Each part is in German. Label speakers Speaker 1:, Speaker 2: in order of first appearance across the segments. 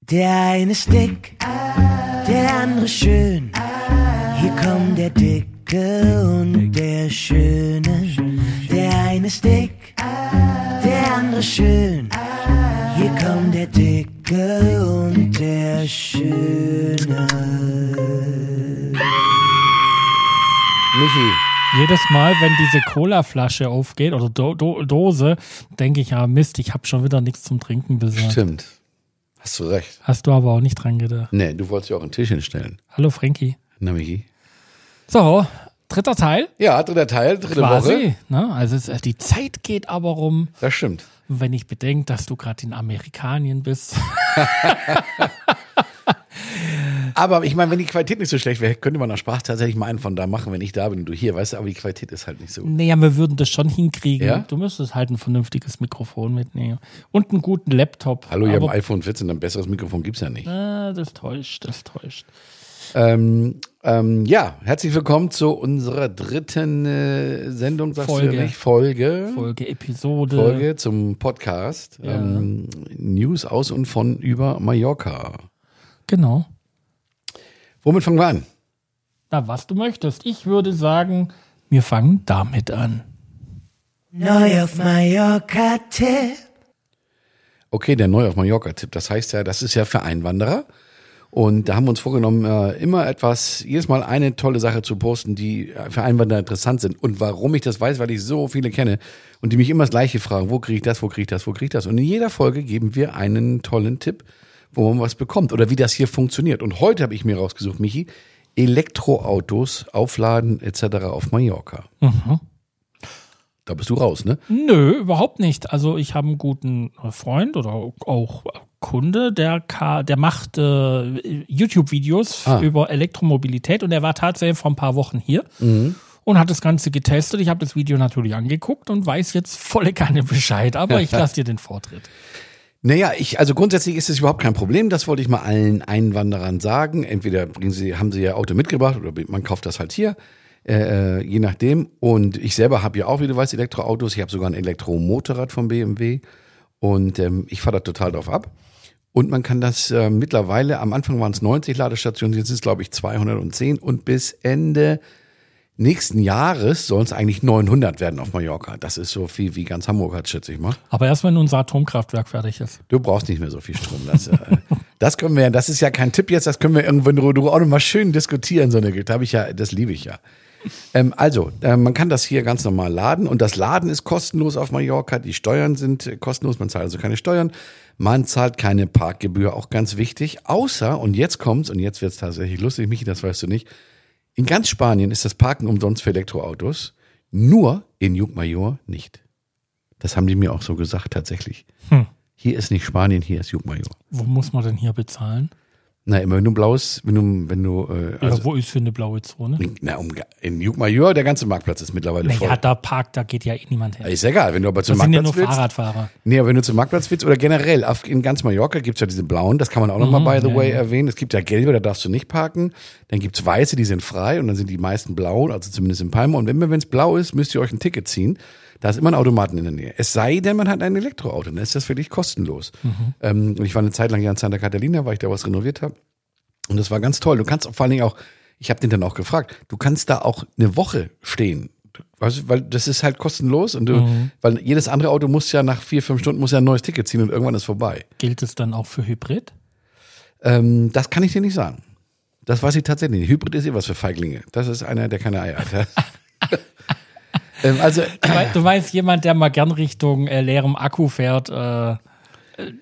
Speaker 1: Der eine ist dick, der andere schön. Hier kommen der Dicke und der Schöne. Der eine ist dick, der andere schön. Hier kommen der Dicke und der Schöne.
Speaker 2: Michi.
Speaker 3: Jedes Mal, wenn diese Cola-Flasche aufgeht oder Do Do Dose, denke ich, ah Mist, ich habe schon wieder nichts zum Trinken besorgt.
Speaker 2: Stimmt. Hast du recht.
Speaker 3: Hast du aber auch nicht dran gedacht.
Speaker 2: Nee, du wolltest ja auch einen Tisch hinstellen.
Speaker 3: Hallo Frankie.
Speaker 2: Na, Michi.
Speaker 3: So, dritter Teil.
Speaker 2: Ja, dritter Teil, dritte Woche.
Speaker 3: Quasi. Ne? Also es, äh, die Zeit geht aber rum,
Speaker 2: Das stimmt.
Speaker 3: wenn ich bedenke, dass du gerade in Amerikanien bist.
Speaker 2: Aber ich meine, wenn die Qualität nicht so schlecht wäre, könnte man auch Spaß tatsächlich mal einen von da machen, wenn ich da bin und du hier, weißt du, aber die Qualität ist halt nicht so.
Speaker 3: Naja, wir würden das schon hinkriegen.
Speaker 2: Ja?
Speaker 3: Du müsstest halt ein vernünftiges Mikrofon mitnehmen. Und einen guten Laptop.
Speaker 2: Hallo, ihr habt
Speaker 3: aber,
Speaker 2: ein iPhone 14, ein besseres Mikrofon gibt's ja nicht.
Speaker 3: äh, Das täuscht, das täuscht.
Speaker 2: Ähm, ähm, ja, herzlich willkommen zu unserer dritten äh, Sendung, sagst du
Speaker 3: Folge.
Speaker 2: ja nicht? Folge.
Speaker 3: Folge, Episode.
Speaker 2: Folge zum Podcast.
Speaker 3: Ja.
Speaker 2: Ähm, News aus und von über Mallorca.
Speaker 3: Genau.
Speaker 2: Womit fangen wir an?
Speaker 3: Na, was du möchtest. Ich würde sagen, wir fangen damit an.
Speaker 1: Neu auf Mallorca Tipp.
Speaker 2: Okay, der Neu auf Mallorca-Tipp. Das heißt ja, das ist ja für Einwanderer. Und da haben wir uns vorgenommen, äh, immer etwas, jedes Mal eine tolle Sache zu posten, die äh, für Einwanderer interessant sind. Und warum ich das weiß, weil ich so viele kenne und die mich immer das Gleiche fragen, wo kriege ich das, wo kriege ich das, wo kriege ich das. Und in jeder Folge geben wir einen tollen Tipp, wo man was bekommt oder wie das hier funktioniert. Und heute habe ich mir rausgesucht, Michi, Elektroautos aufladen etc. auf Mallorca. Da bist du raus, ne?
Speaker 3: Nö, überhaupt nicht. Also ich habe einen guten äh, Freund oder auch Kunde, der, ka- der macht äh, YouTube-Videos
Speaker 2: Ah.
Speaker 3: über Elektromobilität und er war tatsächlich vor ein paar Wochen hier
Speaker 2: Mhm.
Speaker 3: und hat das Ganze getestet. Ich habe das Video natürlich angeguckt und weiß jetzt volle Kanne Bescheid, aber ich lasse dir den Vortritt.
Speaker 2: Naja, ich, also grundsätzlich ist es überhaupt kein Problem. Das wollte ich mal allen Einwanderern sagen. Entweder bringen sie, haben sie ihr Auto mitgebracht oder man kauft das halt hier. Äh, äh, je nachdem. Und ich selber habe ja auch, wie du weißt, Elektroautos. Ich habe sogar ein Elektromotorrad vom BMW. Und ähm, ich fahre da total drauf ab. Und man kann das äh, mittlerweile, am Anfang waren es 90 Ladestationen, jetzt sind es, glaube ich, 210. Und bis Ende nächsten Jahres sollen es eigentlich 900 werden auf Mallorca. Das ist so viel wie ganz Hamburg hat, schätze ich mal.
Speaker 3: Aber erst wenn unser Atomkraftwerk fertig ist.
Speaker 2: Du brauchst nicht mehr so viel Strom. Das, äh, das können wir, das ist ja kein Tipp jetzt, das können wir irgendwann auch noch mal schön diskutieren. So eine, da hab ich ja, das liebe ich ja. Ähm, also, äh, man kann das hier ganz normal laden und das Laden ist kostenlos auf Mallorca. Die Steuern sind äh, kostenlos, man zahlt also keine Steuern. Man zahlt keine Parkgebühr, auch ganz wichtig. Außer, und jetzt kommt's, und jetzt wird's tatsächlich lustig, Michi, das weißt du nicht. In ganz Spanien ist das Parken umsonst für Elektroautos, nur in Jungmajor nicht. Das haben die mir auch so gesagt, tatsächlich. Hier ist nicht Spanien, hier ist Jungmajor.
Speaker 3: Wo muss man denn hier bezahlen?
Speaker 2: Na, immer wenn du blaues, wenn du, wenn du, äh,
Speaker 3: Ja,
Speaker 2: also,
Speaker 3: wo ist hier eine blaue Zone?
Speaker 2: na, um, in Jungmajor, der ganze Marktplatz ist mittlerweile voll.
Speaker 3: Naja, da parkt, da geht ja eh niemand hin.
Speaker 2: ist egal, wenn du aber zum
Speaker 3: Das sind ja
Speaker 2: Marktplatz
Speaker 3: nur
Speaker 2: willst.
Speaker 3: Fahrradfahrer.
Speaker 2: Nee, aber wenn du zum Marktplatz willst oder generell, auf- in ganz Mallorca gibt's ja diese blauen, das kann man auch
Speaker 3: Mhm,
Speaker 2: nochmal, by the way, erwähnen. Es gibt ja gelbe, da darfst du nicht parken. Dann gibt's weiße, die sind frei und dann sind die meisten blau, also zumindest in Palma. Und wenn wenn's blau ist, müsst ihr euch ein Ticket ziehen. Da ist immer ein Automaten in der Nähe. Es sei denn, man hat ein Elektroauto, dann ist das wirklich kostenlos.
Speaker 3: Mhm.
Speaker 2: Ähm, und ich war eine Zeit lang ja in Santa Catalina, weil ich da was renoviert habe. Und das war ganz toll. Du kannst auch vor allen Dingen auch, ich habe den dann auch gefragt, du kannst da auch eine Woche stehen. Weißt du, weil das ist halt kostenlos und du, weil jedes andere Auto muss ja nach vier, fünf Stunden muss ja ein neues Ticket ziehen und irgendwann ist vorbei.
Speaker 3: Gilt es dann auch für Hybrid?
Speaker 2: Ähm, das kann ich dir nicht sagen. Das weiß ich tatsächlich nicht. Hybrid ist eh was für Feiglinge. Das ist einer, der keine Eier hat. ähm, also,
Speaker 3: Du wei- Du weißt, jemand, der mal gern Richtung äh, leerem Akku fährt, äh,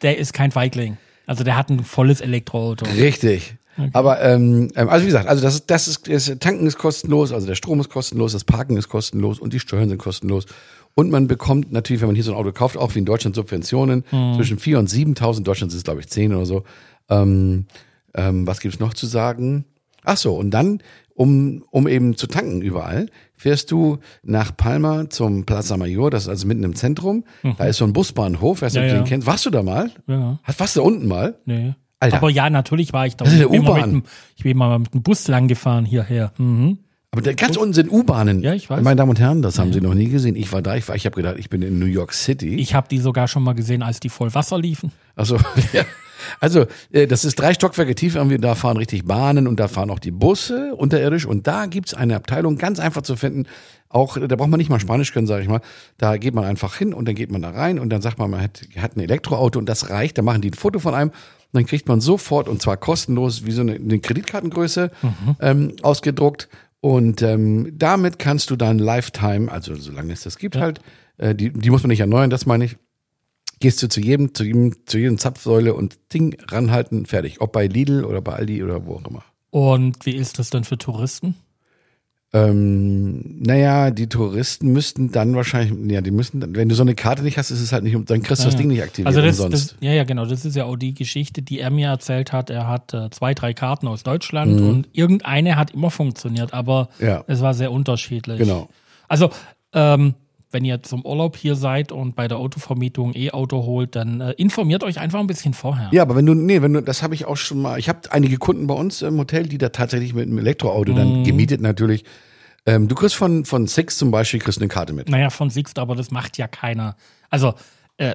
Speaker 3: der ist kein Feigling. Also der hat ein volles Elektroauto.
Speaker 2: Richtig. Aber ähm, ähm, also wie gesagt, also das ist, das ist, ist Tanken ist kostenlos, also der Strom ist kostenlos, das Parken ist kostenlos und die Steuern sind kostenlos. Und man bekommt natürlich, wenn man hier so ein Auto kauft, auch wie in Deutschland Subventionen
Speaker 3: Hm.
Speaker 2: zwischen 4.000 und 7.000. In Deutschland sind es, glaube ich, 10 oder so. Ähm, ähm, was gibt's noch zu sagen? Ach so, und dann, um, um eben zu tanken überall, fährst du nach Palma zum Plaza Mayor, das ist also mitten im Zentrum. Da ist so ein Busbahnhof, weißt du,
Speaker 3: Mhm. Ja,
Speaker 2: ob du
Speaker 3: ja.
Speaker 2: den kennst. Warst du da mal?
Speaker 3: Ja.
Speaker 2: Hast- Warst du da unten mal?
Speaker 3: Nee.
Speaker 2: Alter.
Speaker 3: Aber ja, natürlich war ich da.
Speaker 2: Das ist
Speaker 3: Ich bin
Speaker 2: ja
Speaker 3: mal mit
Speaker 2: U-Bahn.
Speaker 3: dem- Ich bin mal mit dem Bus lang gefahren hierher. Mhm.
Speaker 2: Aber da ganz unten sind U-Bahnen.
Speaker 3: Ja, ich weiß.
Speaker 2: Meine Damen und Herren, das haben Sie noch nie gesehen. Ich war da, ich, war- ich habe gedacht, ich bin in New York City.
Speaker 3: Ich habe die sogar schon mal gesehen, als die voll Wasser liefen.
Speaker 2: also, ja. Also, äh, das ist drei Stockwerke tief, irgendwie, da fahren richtig Bahnen und da fahren auch die Busse unterirdisch und da gibt's eine Abteilung, ganz einfach zu finden. Auch, äh, da braucht man nicht mal Spanisch können, sage ich mal. Da geht man einfach hin und dann geht man da rein und dann sagt man, man hat, hat ein Elektroauto und das reicht. Da machen die ein Foto von einem und dann kriegt man sofort und zwar kostenlos wie so eine, eine Kreditkartengröße ähm, ausgedruckt. Und ähm, damit kannst du dein Lifetime, also solange es das gibt halt, äh, die, die muss man nicht erneuern, das meine ich, gehst du zu jedem, zu jedem, zu jedem Zapfsäule und Ding ranhalten, fertig. Ob bei Lidl oder bei Aldi oder wo auch immer.
Speaker 3: Und wie ist das denn für Touristen?
Speaker 2: Ähm, naja, die Touristen müssten dann wahrscheinlich, ja, die müssen, dann- wenn du so eine Karte nicht hast, ist es halt nicht, um- dann kriegst du das Ding nicht aktiviert
Speaker 3: Also das,
Speaker 2: umsonst.
Speaker 3: das, ja, ja, genau. Das ist ja auch die Geschichte, die er mir erzählt hat. Er hat äh, zwei, drei Karten aus Deutschland und irgendeine hat immer funktioniert, aber
Speaker 2: Mhm. Ja.
Speaker 3: es war sehr unterschiedlich.
Speaker 2: Genau.
Speaker 3: Also, ähm, wenn ihr zum Urlaub hier seid und bei der Autovermietung E-Auto holt, dann äh, informiert euch einfach ein bisschen vorher.
Speaker 2: ja, aber wenn du, nee, wenn du, das habe ich auch schon mal, ich habe einige Kunden bei uns im Hotel, die da tatsächlich mit einem Elektroauto
Speaker 3: Mhm.
Speaker 2: dann gemietet natürlich. Ähm, du kriegst von, von Six zum Beispiel kriegst du eine Karte mit.
Speaker 3: Naja, von Sixt, aber das macht ja keiner. Also, äh,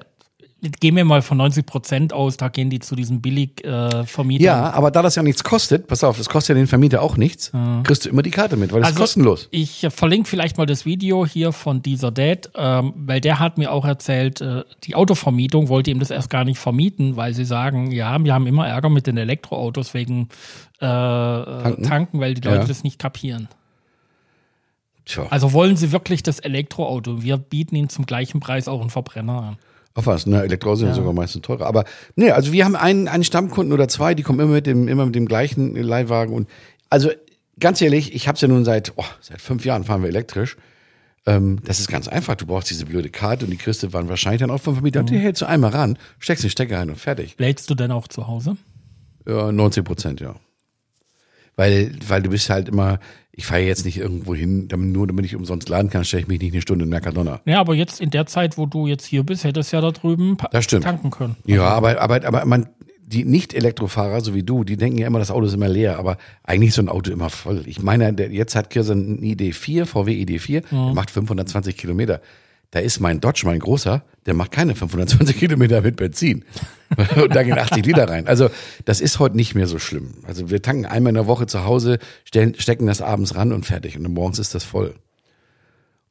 Speaker 3: gehen wir mal von 90 Prozent aus, da gehen die zu diesen äh, Billig-Vermietern.
Speaker 2: Ja, aber da das ja nichts kostet, pass auf, das kostet ja den Vermieter auch nichts, kriegst du immer die Karte mit, weil
Speaker 3: Also
Speaker 2: das ist kostenlos.
Speaker 3: Ich äh, verlinke vielleicht mal das Video hier von dieser Dad, ähm, weil der hat mir auch erzählt, äh, die Autovermietung wollte ihm das erst gar nicht vermieten, weil sie sagen, ja, wir haben immer Ärger mit den Elektroautos wegen äh, tanken. tanken, weil die Leute
Speaker 2: Ja.
Speaker 3: das nicht kapieren.
Speaker 2: Tja,
Speaker 3: Also wollen sie wirklich das Elektroauto? Wir bieten ihnen zum gleichen Preis auch einen Verbrenner an.
Speaker 2: auf was? Na, Elektroautos sind ja. sogar meistens teurer. Aber nee, also wir haben einen, einen Stammkunden oder zwei, die kommen immer mit dem, immer mit dem gleichen Leihwagen und also ganz ehrlich, ich habe es ja nun seit oh, seit fünf Jahren fahren wir elektrisch. Ähm, das ist ganz einfach. Du brauchst diese blöde Karte und die kriegst du waren wahrscheinlich dann auch vom Vermieter. Und die hältst du einmal ran, steckst den Stecker ein und fertig.
Speaker 3: Lädst du denn auch zu Hause?
Speaker 2: Ja, 19 Prozent, ja. Weil, weil du bist halt immer, ich fahre jetzt nicht irgendwo hin, damit- nur damit ich umsonst laden kann, stelle ich mich nicht eine Stunde in Mercadona.
Speaker 3: Ja, aber jetzt in der Zeit, wo du jetzt hier bist, hättest du ja da drüben pa-
Speaker 2: Das stimmt.
Speaker 3: tanken können.
Speaker 2: Ja, aber, aber, aber man, die Nicht-Elektrofahrer, so wie du, die denken ja immer, das Auto ist immer leer, aber eigentlich ist so ein Auto immer voll. Ich meine, der, jetzt hat Kirse ein ID4, VW ID4, der macht 520 Kilometer. Da ist mein Dodge, mein großer, der macht keine 520 Kilometer mit Benzin. Und da gehen 80 Liter rein. Also, das ist heute nicht mehr so schlimm. Also, wir tanken einmal in der Woche zu Hause, stellen, stecken das abends ran und fertig. Und dann morgens ist das voll.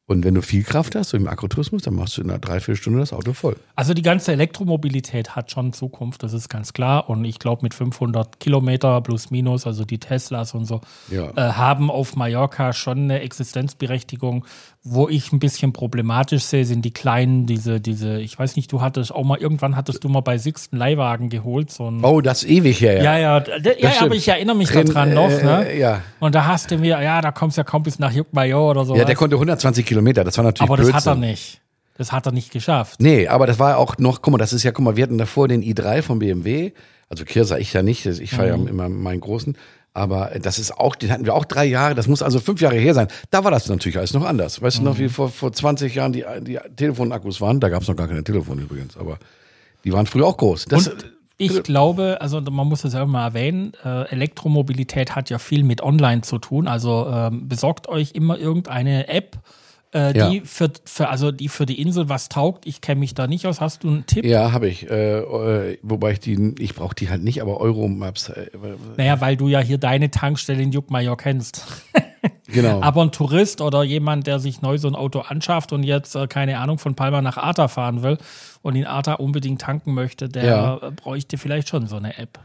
Speaker 2: Und wenn du viel Kraft hast, so im Akkutourismus, dann machst du in einer Dreiviertelstunde das Auto voll.
Speaker 3: Also die ganze Elektromobilität hat schon Zukunft, das ist ganz klar. Und ich glaube, mit 500 Kilometer plus minus, also die Teslas und so,
Speaker 2: Ja.
Speaker 3: äh, haben auf Mallorca schon eine Existenzberechtigung. Wo ich ein bisschen problematisch sehe, sind die kleinen, diese, diese, ich weiß nicht, du hattest auch mal, irgendwann hattest du mal bei Sixten Leihwagen geholt, so ein
Speaker 2: Oh, das ist ewig her.
Speaker 3: ja, ja, d- ja,
Speaker 2: Das
Speaker 3: ja, aber
Speaker 2: stimmt.
Speaker 3: ich erinnere mich
Speaker 2: Drin,
Speaker 3: daran
Speaker 2: äh,
Speaker 3: noch, ne?
Speaker 2: ja.
Speaker 3: Und da hast du mir, ja, da kommst ja kaum bis nach Juckmajor oder so.
Speaker 2: Ja, der konnte 120 Kilometer, das war natürlich
Speaker 3: aber das hat
Speaker 2: Blödsinn.
Speaker 3: er nicht. Das hat er nicht geschafft.
Speaker 2: Nee, aber das war auch noch, guck mal, das ist ja, guck mal, wir hatten davor den i3 von BMW, also Kirsa, ich ja nicht, ich fahre
Speaker 3: Mhm.
Speaker 2: ja immer meinen großen, aber äh, das ist auch, den hatten wir auch drei Jahre, das muss also fünf Jahre her sein. Da war das natürlich alles noch anders. Weißt du noch,
Speaker 3: Mhm.
Speaker 2: wie vor, vor 20 Jahren die, die Telefonakkus waren? Da gab es noch gar keine Telefone übrigens, aber die waren früher auch groß. Das,
Speaker 3: Und ich glaube, also man muss das ja auch mal erwähnen, äh, Elektromobilität hat ja viel mit Online zu tun. Also ähm, besorgt euch immer irgendeine App, äh, die,
Speaker 2: Ja.
Speaker 3: für, für, also die für die Insel was taugt. Ich kenne mich da nicht aus. Hast du einen Tipp?
Speaker 2: ja, habe ich. Äh, äh, wobei ich die, ich brauche die halt nicht, aber Euromaps, äh,
Speaker 3: Naja, weil du ja hier deine Tankstelle in Juckmajor kennst.
Speaker 2: genau.
Speaker 3: Aber ein Tourist oder jemand, der sich neu so ein Auto anschafft und jetzt, äh, keine Ahnung, von Palma nach Arta fahren will und in Arta unbedingt tanken möchte, der
Speaker 2: Ja.
Speaker 3: äh, bräuchte vielleicht schon so eine App.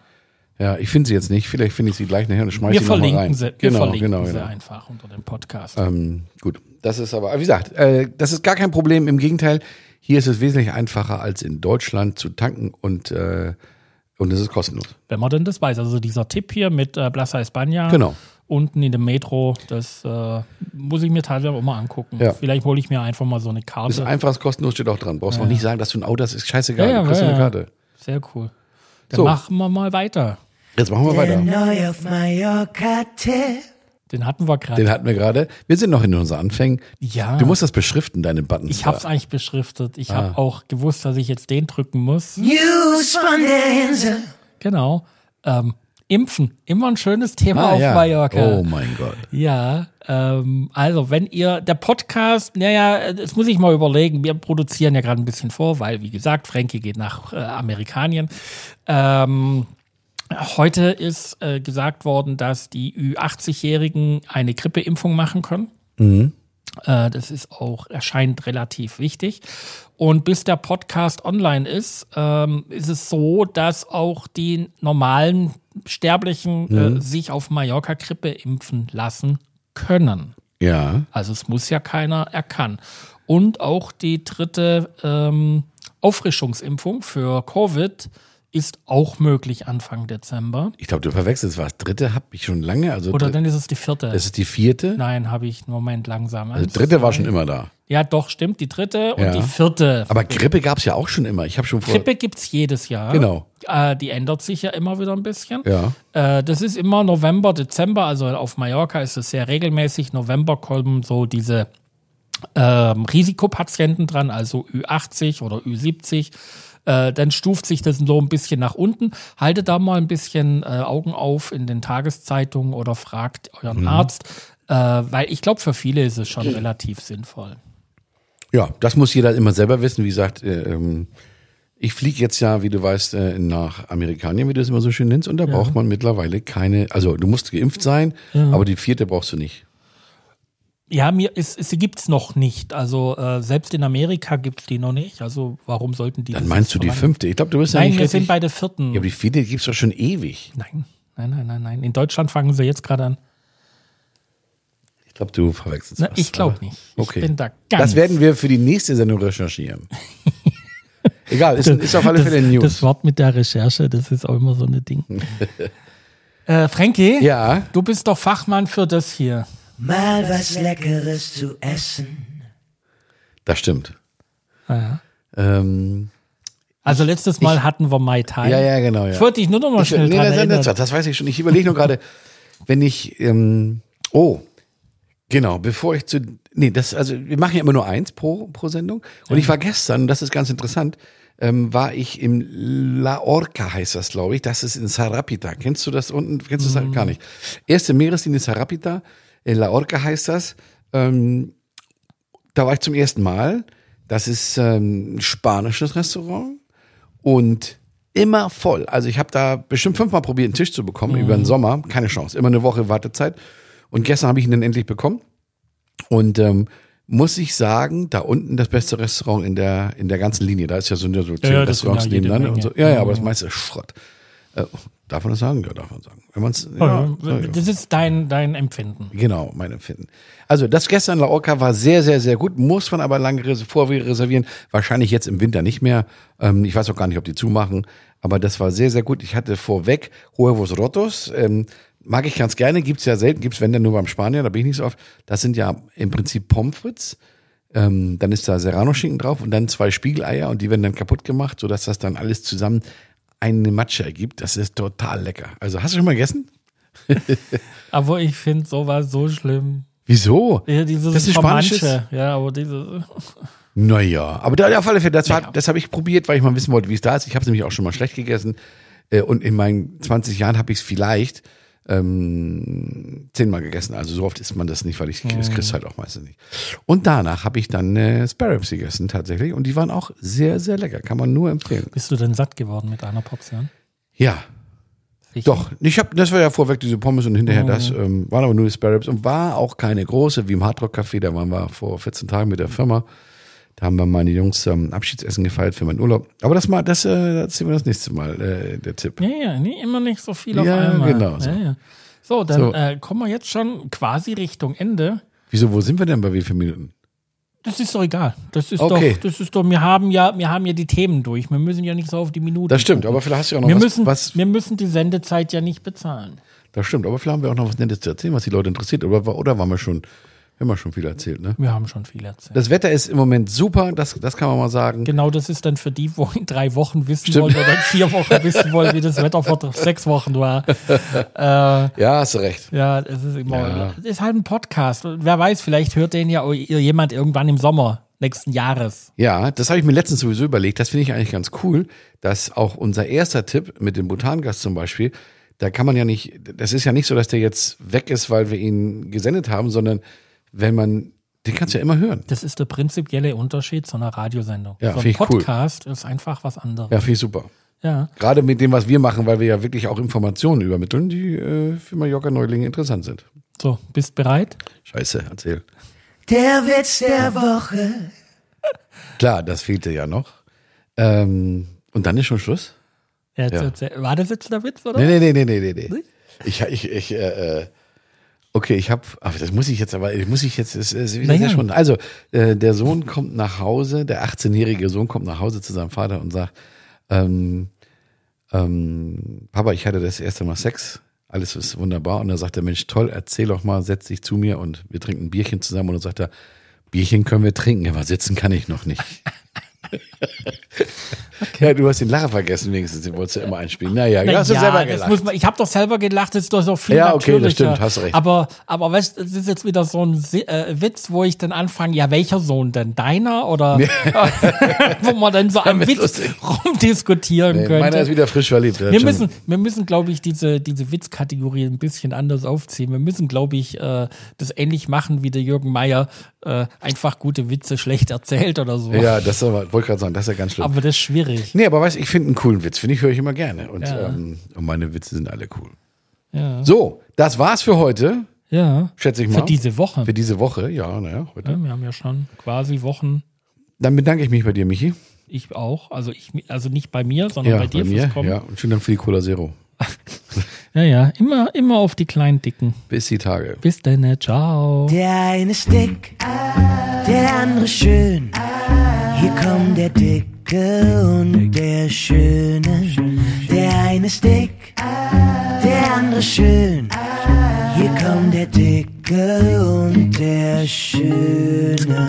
Speaker 2: Ja, ich finde sie jetzt nicht. Vielleicht finde ich sie gleich nachher und schmeiße
Speaker 3: Wir
Speaker 2: sie nochmal
Speaker 3: verlinken
Speaker 2: rein.
Speaker 3: sie, wir
Speaker 2: genau,
Speaker 3: verlinken
Speaker 2: genau,
Speaker 3: sie
Speaker 2: genau.
Speaker 3: einfach unter dem Podcast.
Speaker 2: Ähm, gut, das ist aber, wie gesagt, äh, das ist gar kein Problem. Im Gegenteil, hier ist es wesentlich einfacher als in Deutschland zu tanken und äh, und es ist kostenlos.
Speaker 3: Wenn man denn das weiß. Also dieser Tipp hier mit äh, Plaza España
Speaker 2: Genau.
Speaker 3: unten in dem Metro, das äh, muss ich mir teilweise auch mal angucken.
Speaker 2: Ja.
Speaker 3: Vielleicht hole ich mir einfach mal so eine Karte.
Speaker 2: Ist einfach, ist kostenlos, steht auch dran. Brauchst auch nicht sagen, dass du ein Auto hast, ist
Speaker 3: ja,
Speaker 2: scheißegal.
Speaker 3: ja,
Speaker 2: du kriegst
Speaker 3: ja,
Speaker 2: eine
Speaker 3: ja.
Speaker 2: Karte.
Speaker 3: Sehr cool. Dann
Speaker 2: So.
Speaker 3: machen wir mal weiter.
Speaker 2: Jetzt machen wir
Speaker 1: Der
Speaker 2: weiter.
Speaker 1: neu auf Mallorca-Tipp.
Speaker 3: Den hatten wir gerade.
Speaker 2: Den hatten wir gerade. Wir sind noch in unseren Anfängen.
Speaker 3: Ja.
Speaker 2: Du musst Ah. das beschriften, deine Buttons.
Speaker 3: Ich habe es eigentlich beschriftet. Ich habe auch gewusst, dass ich jetzt den drücken muss.
Speaker 1: News von der Insel.
Speaker 3: Genau. Ähm, Impfen. Immer ein schönes Thema auf
Speaker 2: Ah, ja.
Speaker 3: Mallorca.
Speaker 2: Oh mein Gott.
Speaker 3: Ja, ähm, also wenn ihr der Podcast, naja, das muss ich mal überlegen. Wir produzieren ja gerade ein bisschen vor, weil wie gesagt, Frankie geht nach äh, Amerikanien. Ähm, heute ist äh, gesagt worden, dass die Ü80-Jährigen eine Grippeimpfung machen können. Äh, das ist auch erscheint relativ wichtig. Und bis der Podcast online ist, ähm, ist es so, dass auch die normalen Sterblichen
Speaker 2: Mhm.
Speaker 3: äh, sich auf Mallorca Grippe impfen lassen können.
Speaker 2: Ja.
Speaker 3: Also es muss ja keiner, er kann. Und auch die dritte ähm, Auffrischungsimpfung für Covid ist auch möglich Anfang Dezember.
Speaker 2: Ich glaube, du verwechselst was. Dritte habe ich schon lange. Also
Speaker 3: Oder
Speaker 2: dr-
Speaker 3: dann ist es die vierte.
Speaker 2: das ist die vierte.
Speaker 3: Nein, habe ich. Moment, langsam.
Speaker 2: Also dritte war schon immer da.
Speaker 3: Ja, doch, stimmt. Die dritte und
Speaker 2: Ja.
Speaker 3: die vierte.
Speaker 2: Aber Grippe gab es ja auch schon immer. Ich habe schon vor.
Speaker 3: Grippe gibt's jedes Jahr.
Speaker 2: Genau.
Speaker 3: Äh, die ändert sich ja immer wieder ein bisschen.
Speaker 2: Ja.
Speaker 3: Äh, das ist immer November, Dezember. Also auf Mallorca ist es sehr regelmäßig. November kommen so diese ähm, Risikopatienten dran, also Ü80 oder Ü70. Äh, dann stuft sich das so ein bisschen nach unten. Haltet da mal ein bisschen äh, Augen auf in den Tageszeitungen oder fragt
Speaker 2: Mhm.
Speaker 3: euren Arzt, äh, weil ich glaube, für viele ist es schon relativ sinnvoll.
Speaker 2: Ja, das muss jeder immer selber wissen. Wie gesagt, äh, ähm, ich fliege jetzt ja, wie du weißt, äh, nach Amerikanien, wie du es immer so schön nennst, und da braucht man mittlerweile keine. Also du musst geimpft sein, aber die vierte brauchst du nicht.
Speaker 3: Ja, mir ist, ist, sie gibt's noch nicht. Also äh, selbst in Amerika gibt's die noch nicht. Also warum sollten die?
Speaker 2: Dann
Speaker 3: das
Speaker 2: meinst
Speaker 3: jetzt
Speaker 2: du die
Speaker 3: verlangen?
Speaker 2: fünfte? Ich glaube, du bist ja
Speaker 3: Nein,
Speaker 2: nicht
Speaker 3: wir
Speaker 2: richtig.
Speaker 3: sind bei der vierten.
Speaker 2: ja, aber die vierte gibt's doch schon ewig.
Speaker 3: nein, nein, nein, nein, nein. In Deutschland fangen sie jetzt gerade an.
Speaker 2: Ich glaube, du verwechselst
Speaker 3: Na,
Speaker 2: was.
Speaker 3: ich glaub
Speaker 2: aber-
Speaker 3: nicht. Ich
Speaker 2: Okay.
Speaker 3: bin da ganz-
Speaker 2: das werden wir für die nächste Sendung recherchieren. Egal, ist, ist auf alle Fälle News.
Speaker 3: Das Wort mit der Recherche, das ist auch immer so eine Ding. äh, Frankie,
Speaker 2: Ja.
Speaker 3: du bist doch Fachmann für das hier.
Speaker 1: Mal was Leckeres zu essen.
Speaker 2: Das stimmt.
Speaker 3: Ah,
Speaker 2: Ähm,
Speaker 3: Also letztes Mal hatten wir Mai Tai.
Speaker 2: ja, ja, genau. Ja.
Speaker 3: Ich wollte dich nur noch mal
Speaker 2: Ich-
Speaker 3: schnell
Speaker 2: nee,
Speaker 3: dran
Speaker 2: das, das-
Speaker 3: erinnern.
Speaker 2: das, das weiß ich schon. Ich überlege nur gerade, wenn ich. Ähm, oh, genau, bevor ich zu. Nee, das, also wir machen ja immer nur eins pro, pro Sendung. Und ich war gestern, das ist ganz interessant, ähm, war ich im La Orca, heißt das, glaube ich. Das ist in Sarapita. Kennst du das unten? Kennst du das
Speaker 3: Mhm.
Speaker 2: gar nicht? Erste Meereslinie Sarapita, in La Orca heißt das. Ähm, da war ich zum ersten Mal. Das ist ähm, ein spanisches Restaurant und immer voll. Also ich habe da bestimmt fünfmal probiert, einen Tisch zu bekommen über den Sommer. Keine Chance. Immer eine Woche Wartezeit. Und gestern habe ich ihn dann endlich bekommen. Und ähm, muss ich sagen, da unten das beste Restaurant in der, in der ganzen Linie. Da ist ja so, so zehn
Speaker 3: ja, das sind
Speaker 2: Restaurants
Speaker 3: ja jede
Speaker 2: nebeneinander
Speaker 3: Menge.
Speaker 2: und so. Ja, ja, aber das meiste ist Schrott. Äh, darf man das sagen? Ja, darf man sagen. Wenn man's, Oh, ja, ja, ja.
Speaker 3: Oh, Das ist dein, dein Empfinden.
Speaker 2: Genau, mein Empfinden. Also das gestern in La Orca war sehr, sehr, sehr gut. Muss man aber lange res- vorher reservieren. Wahrscheinlich jetzt im Winter nicht mehr. Ähm, ich weiß auch gar nicht, ob die zumachen. Aber das war sehr, sehr gut. Ich hatte vorweg Huevos Rotos. Ähm, mag ich ganz gerne. Gibt's ja selten. Gibt's wenn dann nur beim Spanier. Da bin ich nicht so oft. Das sind ja im Prinzip Pommes frites. Ähm, dann ist da Serrano-Schinken drauf und dann zwei Spiegeleier und die werden dann kaputt gemacht, sodass das dann alles zusammen eine Matsche ergibt. Das ist total lecker. Also hast du schon mal gegessen?
Speaker 3: Aber ich finde sowas so schlimm.
Speaker 2: Wieso?
Speaker 3: Ja, dieses
Speaker 2: das ist spanisches.
Speaker 3: Romantische. Ja, aber diese.
Speaker 2: Naja, aber da, auf alle Fälle, das, war, das habe ich probiert, weil ich mal wissen wollte, wie es da ist. Ich habe es nämlich auch schon mal schlecht gegessen. Äh, Und in meinen 20 Jahren habe ich es vielleicht ähm, zehnmal gegessen. Also so oft isst man das nicht, weil ich das kriegst du halt auch meistens nicht. Und danach habe ich dann äh, Spare Ribs gegessen tatsächlich. Und die waren auch sehr, sehr lecker. Kann man nur empfehlen.
Speaker 3: Bist du denn satt geworden mit einer Portion?
Speaker 2: Ja,
Speaker 3: Sicher?
Speaker 2: doch. Ich hab, das war ja vorweg diese Pommes und
Speaker 3: Mhm.
Speaker 2: hinterher das. Ähm, waren aber nur die Spare Ribs und war auch keine große, wie im Hardrock Café. Da waren wir vor 14 Tagen mit der Firma. Da haben wir meine Jungs ähm, Abschiedsessen gefeiert für meinen Urlaub. Aber das mal, das, äh, das sehen wir das nächste Mal, äh, der Tipp.
Speaker 3: Ja, ja, nie, immer nicht so viel auf
Speaker 2: Ja,
Speaker 3: einmal.
Speaker 2: genau so.
Speaker 3: Ja, ja. So, dann
Speaker 2: So.
Speaker 3: Äh, kommen wir jetzt schon quasi Richtung Ende.
Speaker 2: Wieso, wo sind wir denn bei wie vielen Minuten?
Speaker 3: Das ist doch egal. Das ist
Speaker 2: Okay.
Speaker 3: doch, das ist doch, wir haben ja, wir haben ja die Themen durch. Wir müssen ja nicht so auf die Minuten.
Speaker 2: Das stimmt, aber vielleicht hast du ja auch noch
Speaker 3: wir,
Speaker 2: was,
Speaker 3: müssen,
Speaker 2: was.
Speaker 3: wir müssen die Sendezeit ja nicht bezahlen.
Speaker 2: Das stimmt, aber vielleicht haben wir auch noch was Nettes zu erzählen, was die Leute interessiert. Oder, oder waren wir schon, haben wir schon viel erzählt, ne?
Speaker 3: Wir haben schon viel erzählt.
Speaker 2: Das Wetter ist im Moment super, das, das kann man mal sagen.
Speaker 3: genau das ist dann für die, wo in drei Wochen wissen
Speaker 2: Stimmt.
Speaker 3: wollen oder in vier Wochen wissen wollen, wie das Wetter vor sechs Wochen war.
Speaker 2: Ja, hast du recht.
Speaker 3: Ja, es ist immer.
Speaker 2: Ja.
Speaker 3: Es ist halt ein Podcast. Und wer weiß, vielleicht hört den ja auch jemand irgendwann im Sommer nächsten Jahres.
Speaker 2: Ja, das habe ich mir letztens sowieso überlegt. Das finde ich eigentlich ganz cool, dass auch unser erster Tipp mit dem Butangast zum Beispiel, Da kann man ja nicht, das ist ja nicht so, dass der jetzt weg ist, weil wir ihn gesendet haben, sondern wenn man, den kannst du ja immer hören.
Speaker 3: Das ist der prinzipielle Unterschied zu einer Radiosendung.
Speaker 2: Ja,
Speaker 3: so
Speaker 2: finde
Speaker 3: ein
Speaker 2: ich cool.
Speaker 3: Podcast ist einfach was anderes.
Speaker 2: Ja, finde ich super.
Speaker 3: Ja.
Speaker 2: Gerade mit dem, was wir machen, weil wir ja wirklich auch Informationen übermitteln, die äh, für Mallorca-Neulinge interessant sind.
Speaker 3: So, bist bereit?
Speaker 2: Scheiße, erzähl.
Speaker 1: Der Witz der Woche.
Speaker 2: Klar, das fehlte ja noch. Ähm, und dann ist schon Schluss?
Speaker 3: Jetzt,
Speaker 2: Ja.
Speaker 3: erzähl- war das jetzt der Witz, oder?
Speaker 2: Nee, nee, nee, nee, nee, nee. nee.
Speaker 3: Nicht?
Speaker 2: Ich, ich, ich, äh, äh, okay, ich habe, aber das muss ich jetzt, aber ich muss ich jetzt, es ist wieder
Speaker 3: Naja.
Speaker 2: sehr spannend. Also, äh, der Sohn kommt nach Hause, der 18-jährige Sohn kommt nach Hause zu seinem Vater und sagt, ähm, ähm, Papa, ich hatte das erste Mal Sex, alles ist wunderbar. Und dann sagt der Mensch, toll, erzähl doch mal, setz dich zu mir und wir trinken ein Bierchen zusammen. Und dann sagt er, Bierchen können wir trinken, aber sitzen kann ich noch nicht. Ja, du hast den Lacher vergessen, wenigstens, den wolltest du immer einspielen. Naja,
Speaker 3: Na
Speaker 2: du hast du
Speaker 3: ja,
Speaker 2: selber
Speaker 3: das
Speaker 2: gelacht.
Speaker 3: Muss man, ich habe doch selber gelacht, das ist doch so viel
Speaker 2: Ja, okay, das
Speaker 3: natürlicher.
Speaker 2: stimmt, hast recht.
Speaker 3: Aber, aber weißt, das ist jetzt wieder so ein Si- äh, Witz, wo ich dann anfange, ja, welcher Sohn denn? Deiner? Oder wo man dann so am
Speaker 2: Damit
Speaker 3: Witz
Speaker 2: lustig.
Speaker 3: rumdiskutieren
Speaker 2: Nee,
Speaker 3: könnte.
Speaker 2: Meiner ist wieder frisch verliebt.
Speaker 3: Wir müssen, wir müssen, glaube ich, diese, diese Witzkategorie ein bisschen anders aufziehen. Wir müssen, glaube ich, äh, das ähnlich machen wie der Jürgen Meier. Äh, einfach gute Witze schlecht erzählt oder so.
Speaker 2: ja, das ist aber, wollte gerade sagen, das ist ja ganz schlimm.
Speaker 3: Aber das ist schwierig.
Speaker 2: nee, aber weißt du, ich finde einen coolen Witz, finde ich, höre ich immer gerne. Und,
Speaker 3: Ja.
Speaker 2: ähm, und meine Witze sind alle cool.
Speaker 3: Ja.
Speaker 2: So, das war's für heute,
Speaker 3: ja.
Speaker 2: schätze ich mal.
Speaker 3: Für diese Woche.
Speaker 2: Für diese Woche, ja, naja, heute.
Speaker 3: Ja, wir haben ja schon quasi Wochen.
Speaker 2: Dann bedanke ich mich bei dir, Michi.
Speaker 3: Ich auch. Also ich, also nicht bei mir, sondern
Speaker 2: Ja,
Speaker 3: bei dir
Speaker 2: mir.
Speaker 3: fürs Kommen.
Speaker 2: Ja,
Speaker 3: Ja.
Speaker 2: und vielen Dank für die Cola Zero.
Speaker 3: ja, Immer, immer auf die kleinen Dicken.
Speaker 2: Bis die Tage.
Speaker 3: Bis dann. äh, Ciao.
Speaker 1: Der eine ist dick, der andere schön. Hier kommt der Dicke und der Schöne. Der eine ist dick, der andere schön. Hier kommt der Dicke und der Schöne.